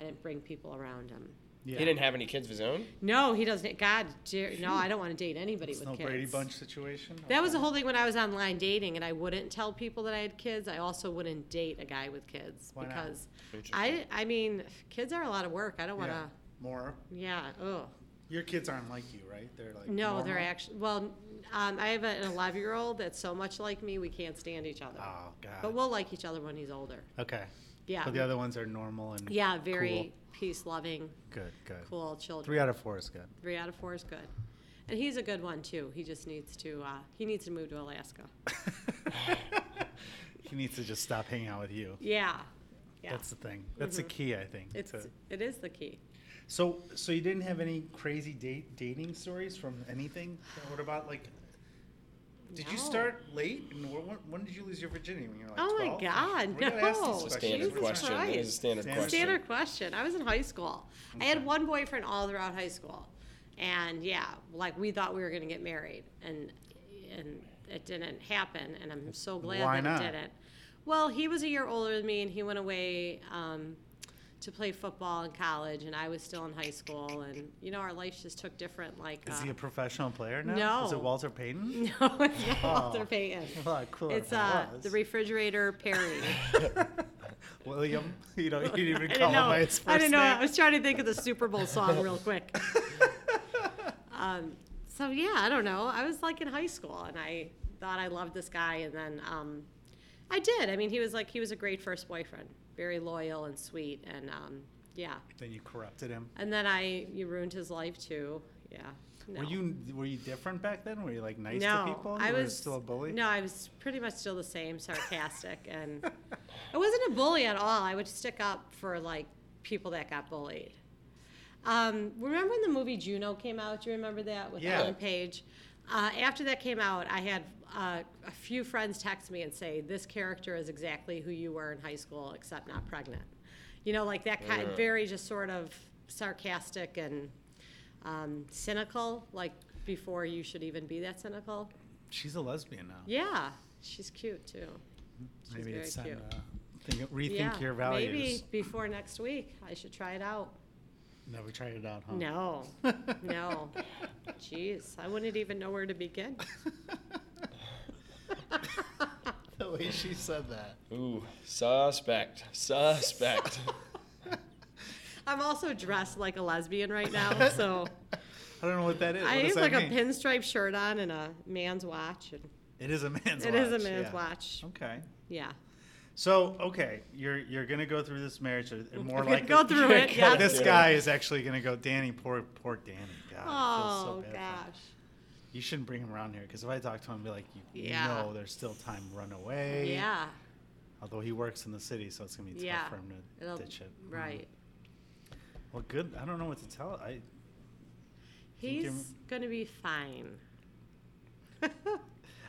Speaker 4: I didn't bring people around him.
Speaker 2: Yeah.
Speaker 3: He didn't have any kids of his own.
Speaker 4: No, he doesn't. God, dear, no, I don't want to date anybody
Speaker 2: It's
Speaker 4: with
Speaker 2: no
Speaker 4: kids.
Speaker 2: Brady Bunch situation.
Speaker 4: That was the whole thing when I was online dating, and I wouldn't tell people that I had kids. I also wouldn't date a guy with kids
Speaker 2: Why not?
Speaker 4: because I, I mean, kids are a lot of work. I don't want
Speaker 2: Yeah.
Speaker 4: to.
Speaker 2: More.
Speaker 4: Yeah. Ugh.
Speaker 2: Your kids aren't like you, right? They're like.
Speaker 4: No, they're
Speaker 2: normal?
Speaker 4: actually. Well, um, I have an 11 year old that's so much like me, we can't stand each other.
Speaker 2: Oh, God.
Speaker 4: But we'll like each other when he's older.
Speaker 2: okay.
Speaker 4: Yeah.
Speaker 2: But the other ones are normal and.
Speaker 4: Yeah, very peace loving,
Speaker 2: Cool. Good, good.
Speaker 4: cool children.
Speaker 2: Three out of four is good.
Speaker 4: Three out of four is good. And he's a good one too. He just needs to uh, he needs to move to Alaska.
Speaker 2: He needs to just stop hanging out with you.
Speaker 4: Yeah. Yeah. Mm-hmm.
Speaker 2: That's the thing. That's the key, I think.
Speaker 4: it's
Speaker 2: to-
Speaker 4: it is the key.
Speaker 2: So, so you didn't have any crazy date dating stories from anything? What about like? Did you
Speaker 4: No.
Speaker 2: start late? And when, when, when did you lose your virginity? When you were like
Speaker 4: Oh my
Speaker 2: 12?
Speaker 4: God,
Speaker 2: We're gonna ask these
Speaker 4: no.
Speaker 3: It's a
Speaker 4: Oh,
Speaker 2: questions.
Speaker 3: standard
Speaker 4: Jesus
Speaker 3: question. It is a
Speaker 4: Christ.
Speaker 3: standard,
Speaker 2: Standard.
Speaker 3: question.
Speaker 4: Standard question. I was in high school. I had one boyfriend all throughout high school. And yeah, like we thought we were gonna get married and and it didn't happen and I'm so glad
Speaker 2: Why
Speaker 4: that
Speaker 2: not?
Speaker 4: it didn't. Well, he was a year older than me and he went away um, to play football in college and I was still in high school and you know our life just took different like
Speaker 2: Is
Speaker 4: uh,
Speaker 2: he a professional player now? Is it
Speaker 4: No.
Speaker 2: Walter Payton?
Speaker 4: No, it's not Walter Payton.
Speaker 2: Oh. Well, cool.
Speaker 4: It's
Speaker 2: if it
Speaker 4: uh,
Speaker 2: was.
Speaker 4: the refrigerator Perry.
Speaker 2: William. You know, you didn't
Speaker 4: I
Speaker 2: even call
Speaker 4: didn't
Speaker 2: him
Speaker 4: know.
Speaker 2: by
Speaker 4: I
Speaker 2: his first
Speaker 4: didn't know. I
Speaker 2: name.
Speaker 4: was trying to think of the Super Bowl song real quick. um, so yeah, I don't know. I was like in high school, and I thought I loved this guy, and then um, I did. I mean, he was like he was a great first boyfriend, very loyal and sweet, and um, yeah.
Speaker 2: Then you corrupted him.
Speaker 4: And then I you ruined his life too. Yeah. No.
Speaker 2: Were you were you different back then? Were you like nice
Speaker 4: no,
Speaker 2: to people?
Speaker 4: I
Speaker 2: Were you
Speaker 4: was
Speaker 2: still a bully.
Speaker 4: No, I was pretty much still the same, sarcastic, and I wasn't a bully at all. I would stick up for like people that got bullied. Um, remember when the movie Juno came out? Do you remember that with
Speaker 2: Yeah.
Speaker 4: Ellen Page? Uh, after that came out, I had uh, a few friends text me and say, "This character is exactly who you were in high school, except not pregnant." You know, like that kind,
Speaker 3: Yeah.
Speaker 4: very just sort of sarcastic and um, cynical, like before you should even be that cynical.
Speaker 2: She's a lesbian now.
Speaker 4: Yeah, she's cute too. She's
Speaker 2: Maybe
Speaker 4: very
Speaker 2: it's time
Speaker 4: cute.
Speaker 2: to think, rethink
Speaker 4: yeah,
Speaker 2: your values.
Speaker 4: Maybe before next week, I should try it out.
Speaker 2: Never tried it out, huh?
Speaker 4: No, no. Jeez, I wouldn't even know where to begin.
Speaker 2: the way she said that.
Speaker 3: Ooh, suspect, suspect.
Speaker 4: I'm also dressed like a lesbian right now, so
Speaker 2: I don't know what that is.
Speaker 4: I
Speaker 2: what does
Speaker 4: have
Speaker 2: that
Speaker 4: like a
Speaker 2: mean?
Speaker 4: pinstripe shirt on and a man's watch, and
Speaker 2: It is a man's
Speaker 4: it
Speaker 2: watch.
Speaker 4: is a man's
Speaker 2: yeah.
Speaker 4: watch.
Speaker 2: Okay.
Speaker 4: Yeah.
Speaker 2: So okay, you're you're gonna go through this marriage, or or more
Speaker 4: I'm gonna
Speaker 2: like
Speaker 4: go through it, yes.
Speaker 2: This
Speaker 3: Yeah.
Speaker 2: guy is actually gonna go. Danny, poor poor Danny. God, I feel
Speaker 4: Oh
Speaker 2: so bad for him.
Speaker 4: gosh.
Speaker 2: You shouldn't bring him around here because if I talk to him, I'd be like, you
Speaker 4: Yeah.
Speaker 2: know, there's still time, run away.
Speaker 4: Yeah.
Speaker 2: Although he works in the city, so it's gonna be tough
Speaker 4: Yeah.
Speaker 2: for him to
Speaker 4: It'll-
Speaker 2: ditch it. Mhm.
Speaker 4: Right.
Speaker 2: Well, good. I don't know what to tell. I Think you're-
Speaker 4: He's gonna be fine.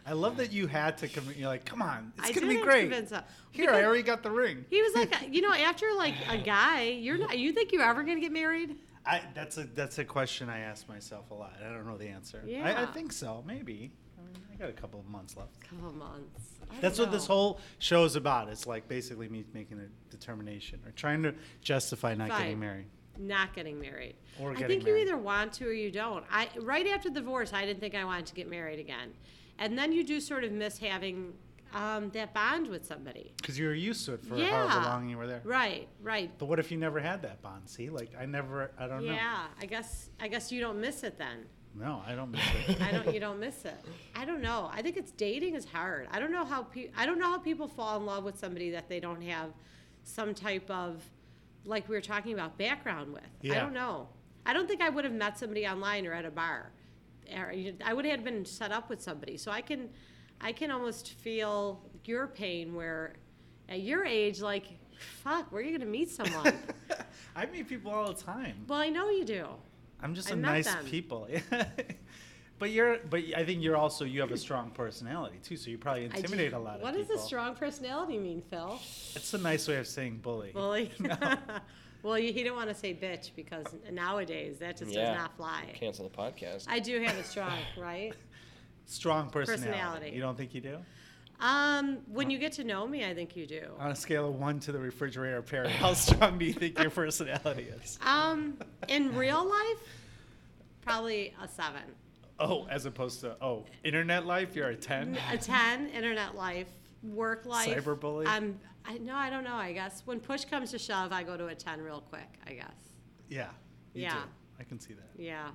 Speaker 2: I love that you had to come. You're like, come on, it's
Speaker 4: I
Speaker 2: gonna be
Speaker 4: didn't
Speaker 2: great.
Speaker 4: convince him.
Speaker 2: Here, I
Speaker 4: Because-
Speaker 2: already got the ring.
Speaker 4: He was like, you know, after like a guy, you're not. You think you're ever gonna get married?
Speaker 2: I, that's a that's a question I ask myself a lot. I don't know the answer. I, I
Speaker 4: Yeah.
Speaker 2: think so. Maybe. I mean, I got a couple of months left.
Speaker 4: Couple months. I don't
Speaker 2: That's what this
Speaker 4: know.
Speaker 2: whole show is about. It's like basically me making a determination or trying to justify not getting
Speaker 4: Fine.
Speaker 2: married.
Speaker 4: not getting married.
Speaker 2: Or
Speaker 4: I
Speaker 2: getting
Speaker 4: think
Speaker 2: married.
Speaker 4: you either want to or you don't. I right after divorce, I didn't think I wanted to get married again, and then you do sort of miss having um, that bond with somebody.
Speaker 2: Because you were used to it for
Speaker 4: Yeah.
Speaker 2: however long you were there.
Speaker 4: Right, right.
Speaker 2: But what if you never had that bond? See, like I never, I don't
Speaker 4: Yeah, I guess I guess you don't miss it then.
Speaker 2: know. No, I don't miss it.
Speaker 4: I don't. You don't miss it. I don't know. I think it's dating is hard. I don't know how pe- I don't know how people fall in love with somebody that they don't have some type of like we were talking about background with. I
Speaker 2: Yeah.
Speaker 4: don't know. I don't think I would have met somebody online or at a bar. Or, you know, I would have been set up with somebody. So I can, I can almost feel your pain where, at your age, like, fuck, where are you gonna meet someone?
Speaker 2: I meet people all the time.
Speaker 4: well, I know you do.
Speaker 2: I'm just
Speaker 4: I
Speaker 2: a
Speaker 4: met
Speaker 2: nice
Speaker 4: them.
Speaker 2: people. but you're, but I think you're also you have a strong personality too. So you probably
Speaker 4: I do-
Speaker 2: intimidate a lot
Speaker 4: What
Speaker 2: of
Speaker 4: does
Speaker 2: people.
Speaker 4: a strong personality mean, Phil?
Speaker 2: It's a nice way of saying bully.
Speaker 4: Bully. well, he didn't want to say bitch because nowadays that just
Speaker 3: Yeah.
Speaker 4: does not fly.
Speaker 3: Cancel the podcast.
Speaker 4: I do have a strong, right?
Speaker 2: strong personality.
Speaker 4: Personality.
Speaker 2: You don't think you do?
Speaker 4: Um, when you get to know me, I think you do.
Speaker 2: On a scale of one to the refrigerator parent, how strong do you think your personality is?
Speaker 4: Um, in real life, probably a seven,
Speaker 2: Oh, as opposed to oh, internet life, you're a ten.
Speaker 4: a ten. Internet life, work life,
Speaker 2: Cyberbully?
Speaker 4: Um, I no, I don't know. I guess when push comes to shove, I go to a ten real quick. I guess.
Speaker 2: Yeah. You
Speaker 4: Yeah.
Speaker 2: Do. I can see that.
Speaker 4: Yeah,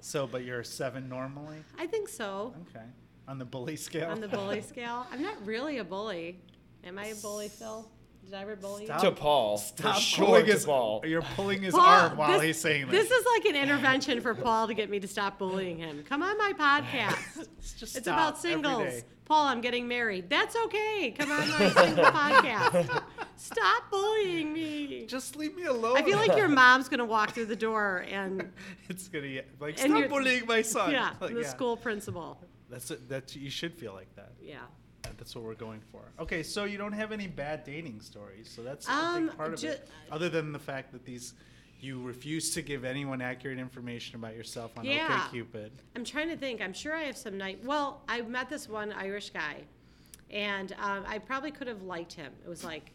Speaker 2: So, but you're a seven normally.
Speaker 4: I think so.
Speaker 2: Okay. On the bully scale.
Speaker 4: On the bully scale, I'm not really a bully. Am I a bully, Phil? Did I ever bully you?
Speaker 2: Stop
Speaker 3: to Paul.
Speaker 2: Stop
Speaker 3: for sure
Speaker 2: pulling his
Speaker 3: to Paul.
Speaker 2: You're pulling his
Speaker 4: Paul,
Speaker 2: arm while
Speaker 4: this-
Speaker 2: he's saying
Speaker 4: This
Speaker 2: this.
Speaker 4: is like an intervention for Paul to get me to stop bullying him. Come on my podcast.
Speaker 2: just
Speaker 4: It's
Speaker 2: stop
Speaker 4: about
Speaker 2: every
Speaker 4: singles.
Speaker 2: day.
Speaker 4: Paul, I'm getting married. That's okay. Come on my single podcast. Stop bullying me.
Speaker 2: Just leave me alone.
Speaker 4: I feel like your mom's gonna walk through the door and
Speaker 2: it's gonna get like
Speaker 4: And
Speaker 2: stop
Speaker 4: you're-
Speaker 2: bullying my son.
Speaker 4: yeah,
Speaker 2: Like,
Speaker 4: the school principal.
Speaker 2: That's it. That's you should feel like that.
Speaker 4: Yeah.
Speaker 2: That's what we're going for. Okay, so you don't have any bad dating stories, so that's a
Speaker 4: Um,
Speaker 2: big part of
Speaker 4: ju-
Speaker 2: it. Other than the fact that these, you refuse to give anyone accurate information about yourself on
Speaker 4: Yeah.
Speaker 2: OkCupid.
Speaker 4: I'm trying to think. I'm sure I have some night. Well, I met this one Irish guy, and um, I probably could have liked him. It was like,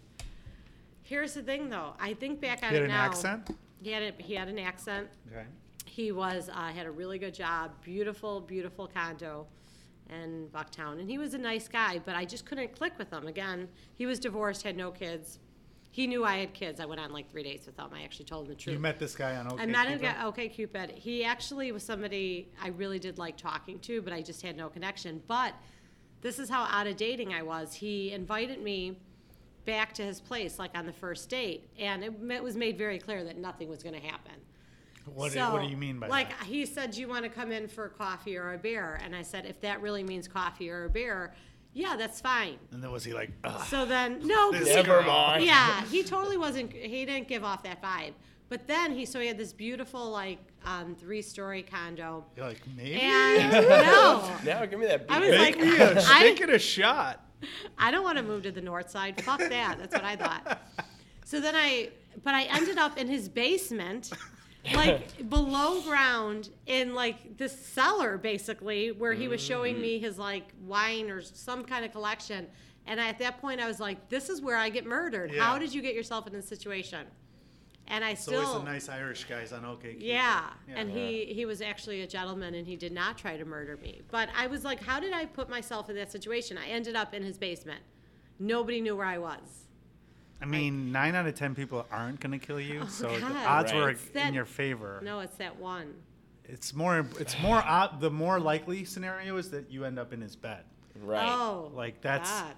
Speaker 4: here's the thing though. I think back on
Speaker 2: He had
Speaker 4: it
Speaker 2: an
Speaker 4: now.
Speaker 2: accent.
Speaker 4: He had a, he had an accent.
Speaker 2: Okay.
Speaker 4: He was uh, had a really good job, beautiful, beautiful condo in Bucktown, and he was a nice guy. But I just couldn't click with him. Again, he was divorced, had no kids. He knew I had kids. I went on like three dates with him. I actually told him the truth.
Speaker 2: You met this guy on OkCupid.
Speaker 4: I met him at OK Cupid. He actually was somebody I really did like talking to, but I just had no connection. But this is how out of dating I was. He invited me back to his place, like on the first date, and it ma- was made very clear that nothing was going to happen.
Speaker 2: What, do- what do
Speaker 4: So,
Speaker 2: you mean by
Speaker 4: like,
Speaker 2: that?
Speaker 4: he said, "Do you want to come in for coffee or a beer?" And I said, "If that really means coffee or a beer, yeah, that's fine."
Speaker 2: And then was he like, Ugh.
Speaker 4: So then, no, 'cause he-
Speaker 3: Never mind.
Speaker 4: yeah, he totally wasn't. He didn't give off that vibe. But then he, so he had this beautiful like um, three-story condo,
Speaker 2: You're like maybe?
Speaker 4: and no,
Speaker 3: Now give me that.
Speaker 4: I
Speaker 3: beat.
Speaker 4: was like, I,
Speaker 2: Take it a shot.
Speaker 4: I don't want to move to the north side. Fuck that. That's what I thought. So then I, but I ended up in his basement, like below ground in like this cellar basically, where he was showing
Speaker 2: Mm.
Speaker 4: me his like wine or some kind of collection. And I, at that point, I was like, this is where I get murdered. How
Speaker 2: Yeah.
Speaker 4: did you get yourself in this situation? And I
Speaker 2: It's
Speaker 4: still.
Speaker 2: always the nice Irish guys on OK. Cupid.
Speaker 4: Yeah, and
Speaker 2: Yeah.
Speaker 4: he he was actually a gentleman, and he did not try to murder me. But I was like, how did I put myself in that situation? I ended up in his basement. Nobody knew where I was.
Speaker 2: I mean, nine out of ten people aren't gonna kill you, so the
Speaker 4: Oh, God.
Speaker 2: odds were
Speaker 3: Right.
Speaker 2: in
Speaker 4: That-
Speaker 2: your favor.
Speaker 4: No, it's that one.
Speaker 2: It's more. It's more. Op- the more likely scenario is that you end up in his bed.
Speaker 3: right.
Speaker 4: Oh,
Speaker 2: Like, that's-
Speaker 4: God.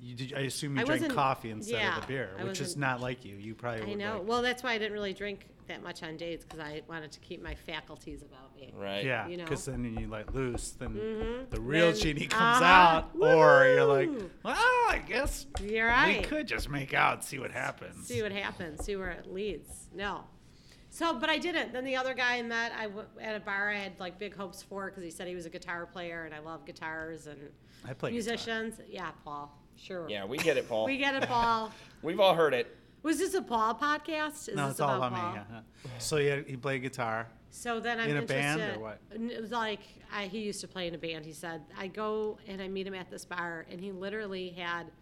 Speaker 2: You did, I assume you
Speaker 4: I
Speaker 2: drank
Speaker 4: wasn't-
Speaker 2: coffee instead of
Speaker 4: yeah,
Speaker 2: the beer,
Speaker 4: I
Speaker 2: which is
Speaker 4: wasn't-
Speaker 2: not like you. You probably.
Speaker 4: I
Speaker 2: would
Speaker 4: know.
Speaker 2: like-
Speaker 4: Well, that's why I didn't really drink that much on dates because I wanted to keep my faculties about me.
Speaker 3: Right.
Speaker 2: yeah,
Speaker 4: you know. Mm-hmm.
Speaker 2: because then you let loose, then the real
Speaker 4: Then-
Speaker 2: genie comes
Speaker 4: uh-huh.
Speaker 2: out, or you're like,
Speaker 4: Woo!
Speaker 2: well, I guess
Speaker 4: You're
Speaker 2: we
Speaker 4: right.
Speaker 2: could just make out, and see what happens.
Speaker 4: see what happens, see where it leads. No. So, but I didn't. Then the other guy I met I w- at a bar I had like big hopes for because he said he was a guitar player and I love guitars and
Speaker 2: I play guitar.
Speaker 4: musicians. Yeah, Paul. Sure.
Speaker 3: Yeah, we get it, Paul.
Speaker 4: We get it, Paul.
Speaker 3: We've all heard it.
Speaker 4: Was this a Paul podcast? Is
Speaker 2: no,
Speaker 4: this
Speaker 2: it's all
Speaker 4: about
Speaker 2: about me.
Speaker 4: Paul?
Speaker 2: Yeah. So yeah, he played guitar.
Speaker 4: So then I'm
Speaker 2: In a
Speaker 4: interested.
Speaker 2: band or what?
Speaker 4: n- It was like I, he used to play in a band. He said I go and I meet him at this bar, and he literally had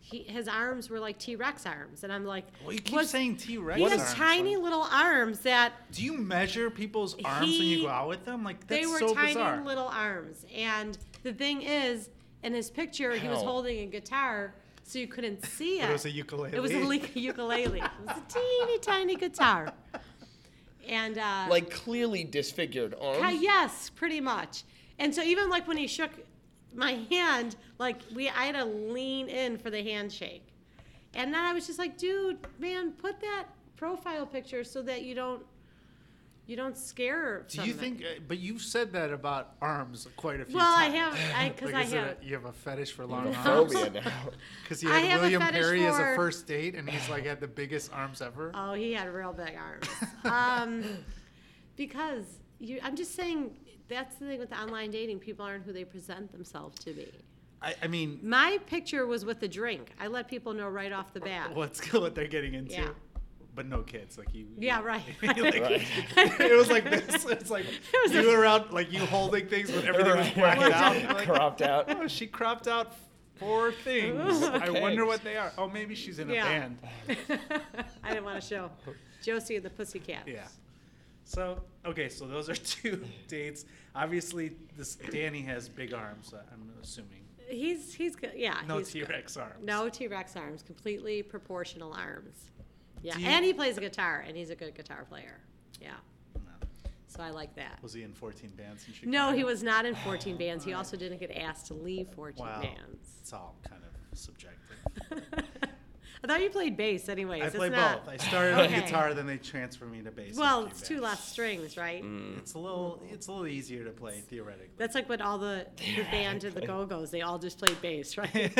Speaker 4: he, his arms were like T Rex arms, and I'm like,
Speaker 2: Well, you keep
Speaker 4: "What's-
Speaker 2: saying T Rex.
Speaker 4: he has tiny little arms that
Speaker 2: Do you measure people's arms when you
Speaker 4: He-
Speaker 2: go out with them? Like that's
Speaker 4: they were
Speaker 2: so
Speaker 4: tiny
Speaker 2: bizarre.
Speaker 4: little arms. And the thing is, in his picture, he was
Speaker 3: How?
Speaker 4: holding a guitar, so you couldn't see it.
Speaker 2: But it was a ukulele.
Speaker 4: It was a le- ukulele. it was a teeny tiny guitar. And uh,
Speaker 3: Like clearly disfigured arms.
Speaker 4: Ki- yes, pretty much. And so even like when he shook my hand, like we, I had to lean in for the handshake. And then I was just like, dude, man, put that profile picture so that you don't, you don't scare.
Speaker 2: Do you
Speaker 4: someone.
Speaker 2: think? uh, But you've said that about arms quite a few
Speaker 4: Well, I
Speaker 2: times.
Speaker 4: have- I- 'cause
Speaker 2: Like,
Speaker 4: I
Speaker 2: is it a-
Speaker 4: have-
Speaker 2: you have a fetish for long arms.
Speaker 3: Phobia now.
Speaker 2: Because you
Speaker 4: I
Speaker 2: had
Speaker 4: have a
Speaker 2: William
Speaker 4: fetish
Speaker 2: Perry as a
Speaker 4: for-
Speaker 2: first date, and he's like had the biggest arms ever.
Speaker 4: Oh, he had real big arms. Um, because you, I'm just saying that's the thing with online dating. People aren't who they present themselves to be.
Speaker 2: I, I mean,
Speaker 4: My picture was with a drink. I let people know right off the bat.
Speaker 2: what's what they're getting into?
Speaker 4: Yeah.
Speaker 2: But no kids, like you.
Speaker 4: Yeah, right.
Speaker 2: like, It was like this. It's like
Speaker 4: was
Speaker 2: you
Speaker 4: a-
Speaker 2: around, like you holding things, but everything was
Speaker 3: Right.
Speaker 2: blacked out. You're like,
Speaker 3: Cropped out.
Speaker 2: Oh, she cropped out four things. I
Speaker 3: Okay.
Speaker 2: wonder what they are. Oh, maybe she's in a
Speaker 4: Yeah.
Speaker 2: band.
Speaker 4: I didn't want to show Josie and the Pussycats.
Speaker 2: Yeah. So okay, so those are two dates. Obviously, this Danny has big arms. uh, I'm assuming
Speaker 4: He's he's good. Yeah.
Speaker 2: no
Speaker 4: he's,
Speaker 2: T Rex arms.
Speaker 4: No T Rex arms. Completely proportional arms. Yeah.
Speaker 2: Do you-
Speaker 4: and he plays a guitar, and he's a good guitar player. Yeah.
Speaker 2: No.
Speaker 4: So I like that.
Speaker 2: Was he in 14 bands in Chicago? Oh,
Speaker 4: No, he was not in 14 bands. He also didn't get asked to leave 14
Speaker 2: Wow.
Speaker 4: bands.
Speaker 2: It's all kind of subjective.
Speaker 4: I thought you played bass, anyways.
Speaker 2: I
Speaker 4: It's
Speaker 2: play
Speaker 4: not-
Speaker 2: both. I started on
Speaker 4: Okay.
Speaker 2: guitar, then they transferred me to bass. Mm. and
Speaker 4: well,
Speaker 2: came
Speaker 4: it's two
Speaker 2: back.
Speaker 4: less strings, right?
Speaker 3: Mm.
Speaker 2: It's a little. It's a little easier to play theoretically.
Speaker 4: That's like what all the, the band and the Go Go's, they all just played bass, right?
Speaker 2: Did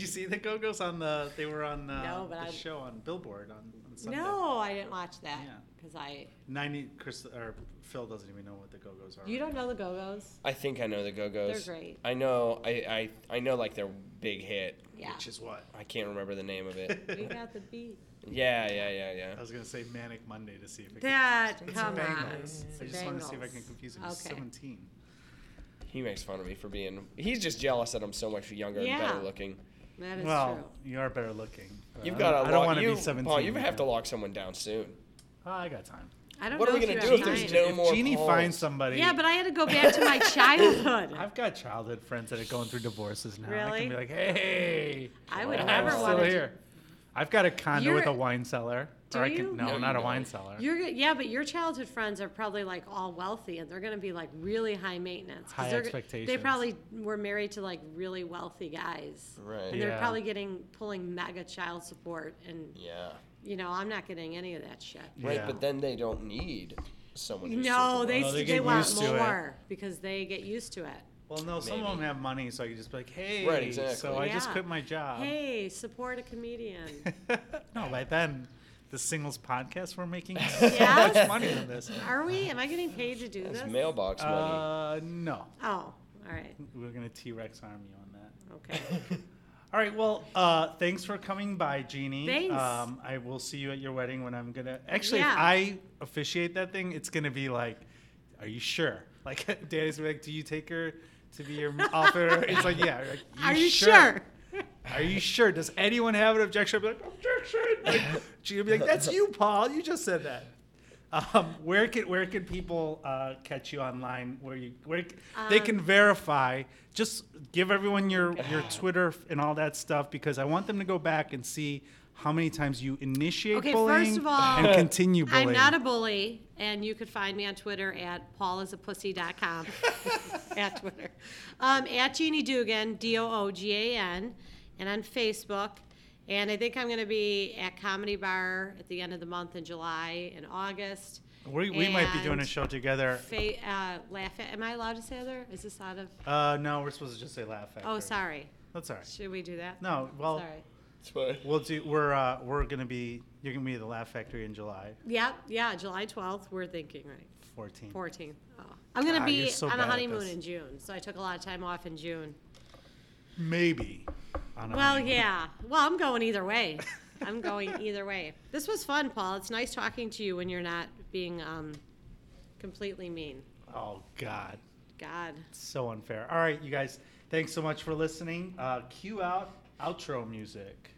Speaker 2: you see the Go Go's on the? They were on uh,
Speaker 4: No, but
Speaker 2: the
Speaker 4: I-
Speaker 2: show on Billboard on, on Sunday.
Speaker 4: No, I didn't watch that
Speaker 2: Yeah.
Speaker 4: because I.
Speaker 2: 90. Chris or Phil doesn't even know what the Go Go's are.
Speaker 4: You don't know the Go Go's.
Speaker 3: I think I know the Go Go's.
Speaker 4: They're great.
Speaker 3: I know. I, I I know like their big hit.
Speaker 4: Yeah.
Speaker 2: Which is what.
Speaker 3: I can't remember the name of it.
Speaker 4: We got the beat.
Speaker 3: Yeah, yeah, yeah, yeah.
Speaker 2: I was gonna say Manic Monday to see if it.
Speaker 4: That
Speaker 2: could,
Speaker 4: come
Speaker 2: it's
Speaker 4: on.
Speaker 2: Bangles. I just want to see if I can confuse him. He's
Speaker 4: Okay.
Speaker 2: 17.
Speaker 3: He makes fun of me for being. He's just jealous that I'm so much younger and
Speaker 4: Yeah.
Speaker 3: better looking.
Speaker 4: That is
Speaker 2: well,
Speaker 4: true.
Speaker 2: you are better looking. but
Speaker 3: You've
Speaker 2: I
Speaker 3: got
Speaker 2: don't-
Speaker 3: to.
Speaker 2: I don't
Speaker 3: want
Speaker 2: want to be 17.
Speaker 3: Paul, you
Speaker 2: man.
Speaker 3: have to lock someone down soon.
Speaker 2: Oh, I got time.
Speaker 4: I don't
Speaker 3: what are
Speaker 4: know
Speaker 3: we gonna
Speaker 4: you
Speaker 3: do
Speaker 4: have
Speaker 3: if there's
Speaker 4: time.
Speaker 3: no
Speaker 2: if
Speaker 3: more
Speaker 2: Jeannie
Speaker 3: Pauls.
Speaker 2: finds somebody.
Speaker 4: Yeah, but I had to go back to my childhood.
Speaker 2: I've got childhood friends that are going through divorces now. I
Speaker 4: Really?
Speaker 2: can be like, hey,
Speaker 4: I would
Speaker 2: I'm
Speaker 4: never
Speaker 2: still
Speaker 4: want to.
Speaker 2: here. I've got a condo with
Speaker 4: You're-
Speaker 2: a wine cellar.
Speaker 4: Do
Speaker 2: or I
Speaker 4: you?
Speaker 2: can, no,
Speaker 3: No,
Speaker 2: not
Speaker 3: you
Speaker 2: a wine
Speaker 3: don't.
Speaker 2: cellar.
Speaker 4: You're go- yeah, but your childhood friends are probably like all wealthy, and they're going to be like really high maintenance. 'cause
Speaker 2: High
Speaker 4: they're- They
Speaker 2: expectations.
Speaker 4: probably were married to like really wealthy guys,
Speaker 3: Right.
Speaker 4: and they're
Speaker 2: Yeah.
Speaker 4: probably getting pulling mega child support, and
Speaker 3: Yeah.
Speaker 4: you know I'm not getting any of that shit.
Speaker 3: Right,
Speaker 2: Yeah.
Speaker 3: but then they don't need someone. Who's
Speaker 4: No,
Speaker 3: super
Speaker 4: they
Speaker 2: No,
Speaker 4: s
Speaker 2: Oh, they
Speaker 4: they,
Speaker 2: get
Speaker 4: want
Speaker 2: used to it.
Speaker 4: more because they get used to it.
Speaker 2: well, no, some of them have money, so I can just be like, hey,
Speaker 3: exactly.
Speaker 2: so I just
Speaker 4: Yeah.
Speaker 2: quit my job.
Speaker 4: Hey, support a comedian.
Speaker 2: no, by then, the singles podcast we're making so much
Speaker 4: Yes?
Speaker 2: money on this.
Speaker 4: Are we? Am I getting paid to do
Speaker 3: It's
Speaker 4: this?
Speaker 3: mailbox money.
Speaker 2: Uh, no,
Speaker 4: Oh, all right.
Speaker 2: we're gonna T Rex arm you on that.
Speaker 4: Okay.
Speaker 2: All right. Well, uh, thanks for coming by, Jeannie.
Speaker 4: Thanks.
Speaker 2: Um, I will see you at your wedding when I'm gonna. Actually,
Speaker 4: Yeah.
Speaker 2: if I officiate that thing, it's gonna be like, are you sure? Like, Danny's gonna be like, do you take her to be your offer? it's like, yeah. Like,
Speaker 4: Are you sure?
Speaker 2: Are you sure? Does anyone have an objection? I'll be like, objection. Like, she's gonna be like, that's you, Paul. You just said that. Um, where can where can people uh, catch you online? Where you where c- they can
Speaker 4: Um,
Speaker 2: verify? Just give everyone your your Twitter and all that stuff because I want them to go back and see how many times you initiate
Speaker 4: Okay,
Speaker 2: bullying
Speaker 4: first of all,
Speaker 2: and continue bullying.
Speaker 4: I'm not a bully, and you could find me on Twitter at paulisapussy.com. at Twitter. Um, at Jeannie Dugan, D O O G A N, and on Facebook. And I think I'm going to be at Comedy Bar at the end of the month in July and August.
Speaker 2: we we might be doing a
Speaker 4: And
Speaker 2: show together.
Speaker 4: Fa- uh, laugh at. Am I allowed to say other? Is this out of?
Speaker 2: Uh, no, we're supposed to just say laugh.
Speaker 4: Oh,
Speaker 2: Factory.
Speaker 4: sorry.
Speaker 2: That's all right.
Speaker 4: Should we do that?
Speaker 2: No, well,
Speaker 4: Sorry.
Speaker 2: we'll do. We're uh, we're gonna be. You're gonna be at the Laugh Factory in July.
Speaker 4: Yep. Yeah. July 12th. We're thinking right.
Speaker 2: 14.
Speaker 4: 14th. Oh. I'm gonna
Speaker 2: God,
Speaker 4: be
Speaker 2: you're so
Speaker 4: on
Speaker 2: bad
Speaker 4: a
Speaker 2: at
Speaker 4: honeymoon
Speaker 2: this.
Speaker 4: in June, so I took a lot of time off in June.
Speaker 2: Maybe. On a
Speaker 4: Well,
Speaker 2: honeymoon.
Speaker 4: yeah. Well, I'm going either way. I'm going either way. This was fun, Paul. It's nice talking to you when you're not being um, completely mean.
Speaker 2: Oh, God.
Speaker 4: God.
Speaker 2: So unfair. All right, you guys. Thanks so much for listening. Uh, cue out outro music.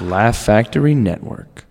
Speaker 1: Laugh Factory Network.